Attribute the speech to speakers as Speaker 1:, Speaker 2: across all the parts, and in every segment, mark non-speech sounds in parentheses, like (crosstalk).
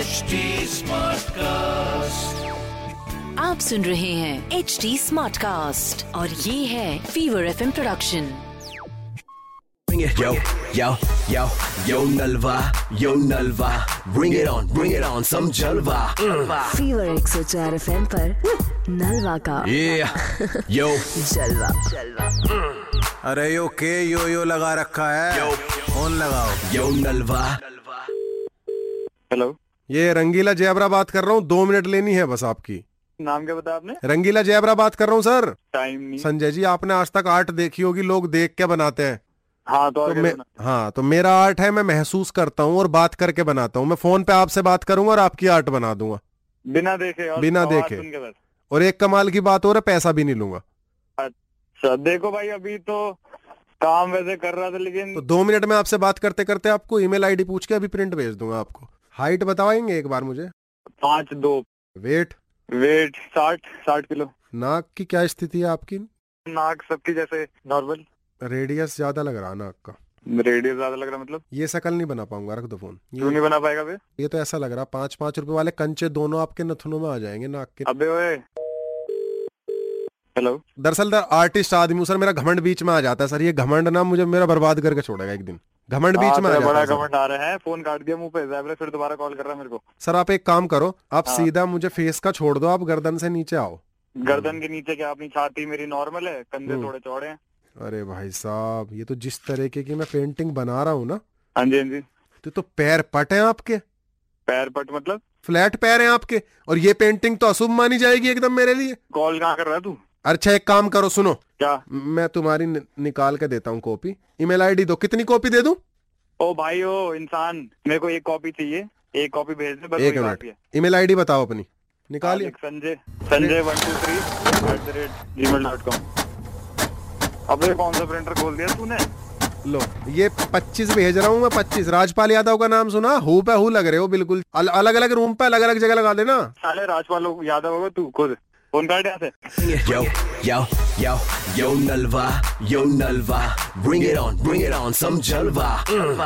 Speaker 1: HD Smartcast.
Speaker 2: आप सुन रहे हैं एच डी स्मार्ट कास्ट और ये है Fever F production
Speaker 3: Bring it, yo, yo, yo, yo Nalva, yo Nalva, bring it on, bring it on, some Jalva. Mm.
Speaker 2: Fever एक सौ चार एफ एम नलवा का
Speaker 4: (laughs)
Speaker 3: Yeah, yo, Mm.
Speaker 2: जलवा
Speaker 4: अरे yo के यो यो लगा रखा है फोन लगाओ
Speaker 3: yo Nalva.
Speaker 5: हेलो
Speaker 4: ये रंगीला जैबरा बात कर रहा हूँ दो मिनट लेनी है बस आपकी
Speaker 5: नाम क्या बताया आपने
Speaker 4: रंगीला जैबरा बात कर रहा हूँ सर
Speaker 5: टाइम नहीं
Speaker 4: संजय जी आपने आज तक आर्ट देखी होगी लोग देख के बनाते हैं
Speaker 5: हाँ तो और
Speaker 4: तो
Speaker 5: क्या
Speaker 4: मैं
Speaker 5: करना?
Speaker 4: हाँ तो मेरा आर्ट है मैं महसूस करता हूँ और बात करके बनाता हूँ मैं फोन पे आपसे बात करूंगा और आपकी आर्ट बना दूंगा
Speaker 5: बिना देखे और
Speaker 4: बिना
Speaker 5: आवाज
Speaker 4: देखे।
Speaker 5: सुन के बस
Speaker 4: और एक कमाल की बात हो रहा है पैसा भी नहीं लूंगा
Speaker 5: अच्छा देखो भाई अभी तो काम वैसे कर रहा था लेकिन
Speaker 4: तो दो मिनट में आपसे बात करते करते आपको ईमेल आईडी पूछ के अभी प्रिंट भेज दूंगा आपको हाइट बताएंगे एक बार मुझे
Speaker 5: पाँच दो
Speaker 4: वेट
Speaker 5: वेट साठ साठ किलो
Speaker 4: नाक की क्या स्थिति है आपकी
Speaker 5: नाक सबकी जैसे नॉर्मल
Speaker 4: रेडियस ज्यादा लग रहा है नाक का
Speaker 5: रेडियो ज्यादा लग रहा मतलब
Speaker 4: ये शकल नहीं बना पाऊंगा रख दो फोन
Speaker 5: क्यों
Speaker 4: ये,
Speaker 5: नहीं बना पाएगा बे
Speaker 4: ये तो ऐसा लग रहा पांच पांच रुपए वाले कंचे दोनों आपके नथुनों में आ जाएंगे नाक के
Speaker 5: अबे ओए हेलो
Speaker 4: दरअसल दर आर्टिस्ट आदमी हूं, सर मेरा घमंड बीच में आ जाता है सर ये घमंड ना मुझे मेरा बर्बाद करके छोड़ेगा एक दिन घमंड
Speaker 5: हाँ,
Speaker 4: बीच में आ
Speaker 5: तेरा
Speaker 4: जाता
Speaker 5: बड़ा
Speaker 4: है सर।
Speaker 5: कमेंट आ रहा है फोन काट दिया मुंह पे जैबरा फिर दोबारा कॉल कर रहा है मेरे को
Speaker 4: सर आप एक काम करो आप
Speaker 5: हाँ।
Speaker 4: सीधा मुझे फेस का छोड़ दो आप गर्दन से नीचे आओ
Speaker 5: गर्दन
Speaker 4: हाँ।
Speaker 5: के नीचे क्या अपनी छाती मेरी नॉर्मल है कंधे थोड़े चौड़े हैं
Speaker 4: अरे भाई साहब ये तो जिस तरीके की मैं पेंटिंग बना रहा हूँ ना
Speaker 5: हाँ जी हाँ जी
Speaker 4: तो, तो पैर पट हैं आपके
Speaker 5: पैर पट मतलब
Speaker 4: फ्लैट पैर हैं आपके और ये पेंटिंग तो अशुभ मानी जाएगी एकदम मेरे लिए
Speaker 5: कॉल कहाँ कर रहा है तू
Speaker 4: अच्छा एक काम करो सुनो
Speaker 5: क्या
Speaker 4: मैं तुम्हारी नि- निकाल के देता हूँ कॉपी ईमेल आईडी दो कितनी कॉपी दे दूं
Speaker 5: ओ भाई ओ इंसान मेरे को एक कॉपी चाहिए एक कॉपी भेज दे बस
Speaker 4: एक
Speaker 5: वही बात ही है। हाँ,
Speaker 4: मिनट ईमेल आईडी बताओ अपनी निकालिए
Speaker 5: एक Sanjay Sanjay one two three at the rate Gmail dot com अबे कौन सा प्रिंटर खोल दिया तूने
Speaker 4: लो ये 25 भेज रहा हूँ मैं 25 राजपाल यादव का नाम सुना हु पे हु लग रहे हो बिल्कुल अलग अलग रूम पे अलग अलग जगह लगा देना
Speaker 5: साले राजपाल लोग यादव होगा तू खुद फोन काट यहाँ से
Speaker 3: Yo, yo, yo, yo Nalva, yo Nalva, bring it on, bring it on, some Jalva. Mm.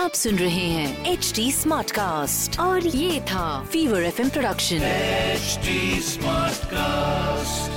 Speaker 2: आप सुन रहे हैं एच डी स्मार्ट कास्ट और ये था Fever F production
Speaker 1: HD Smartcast.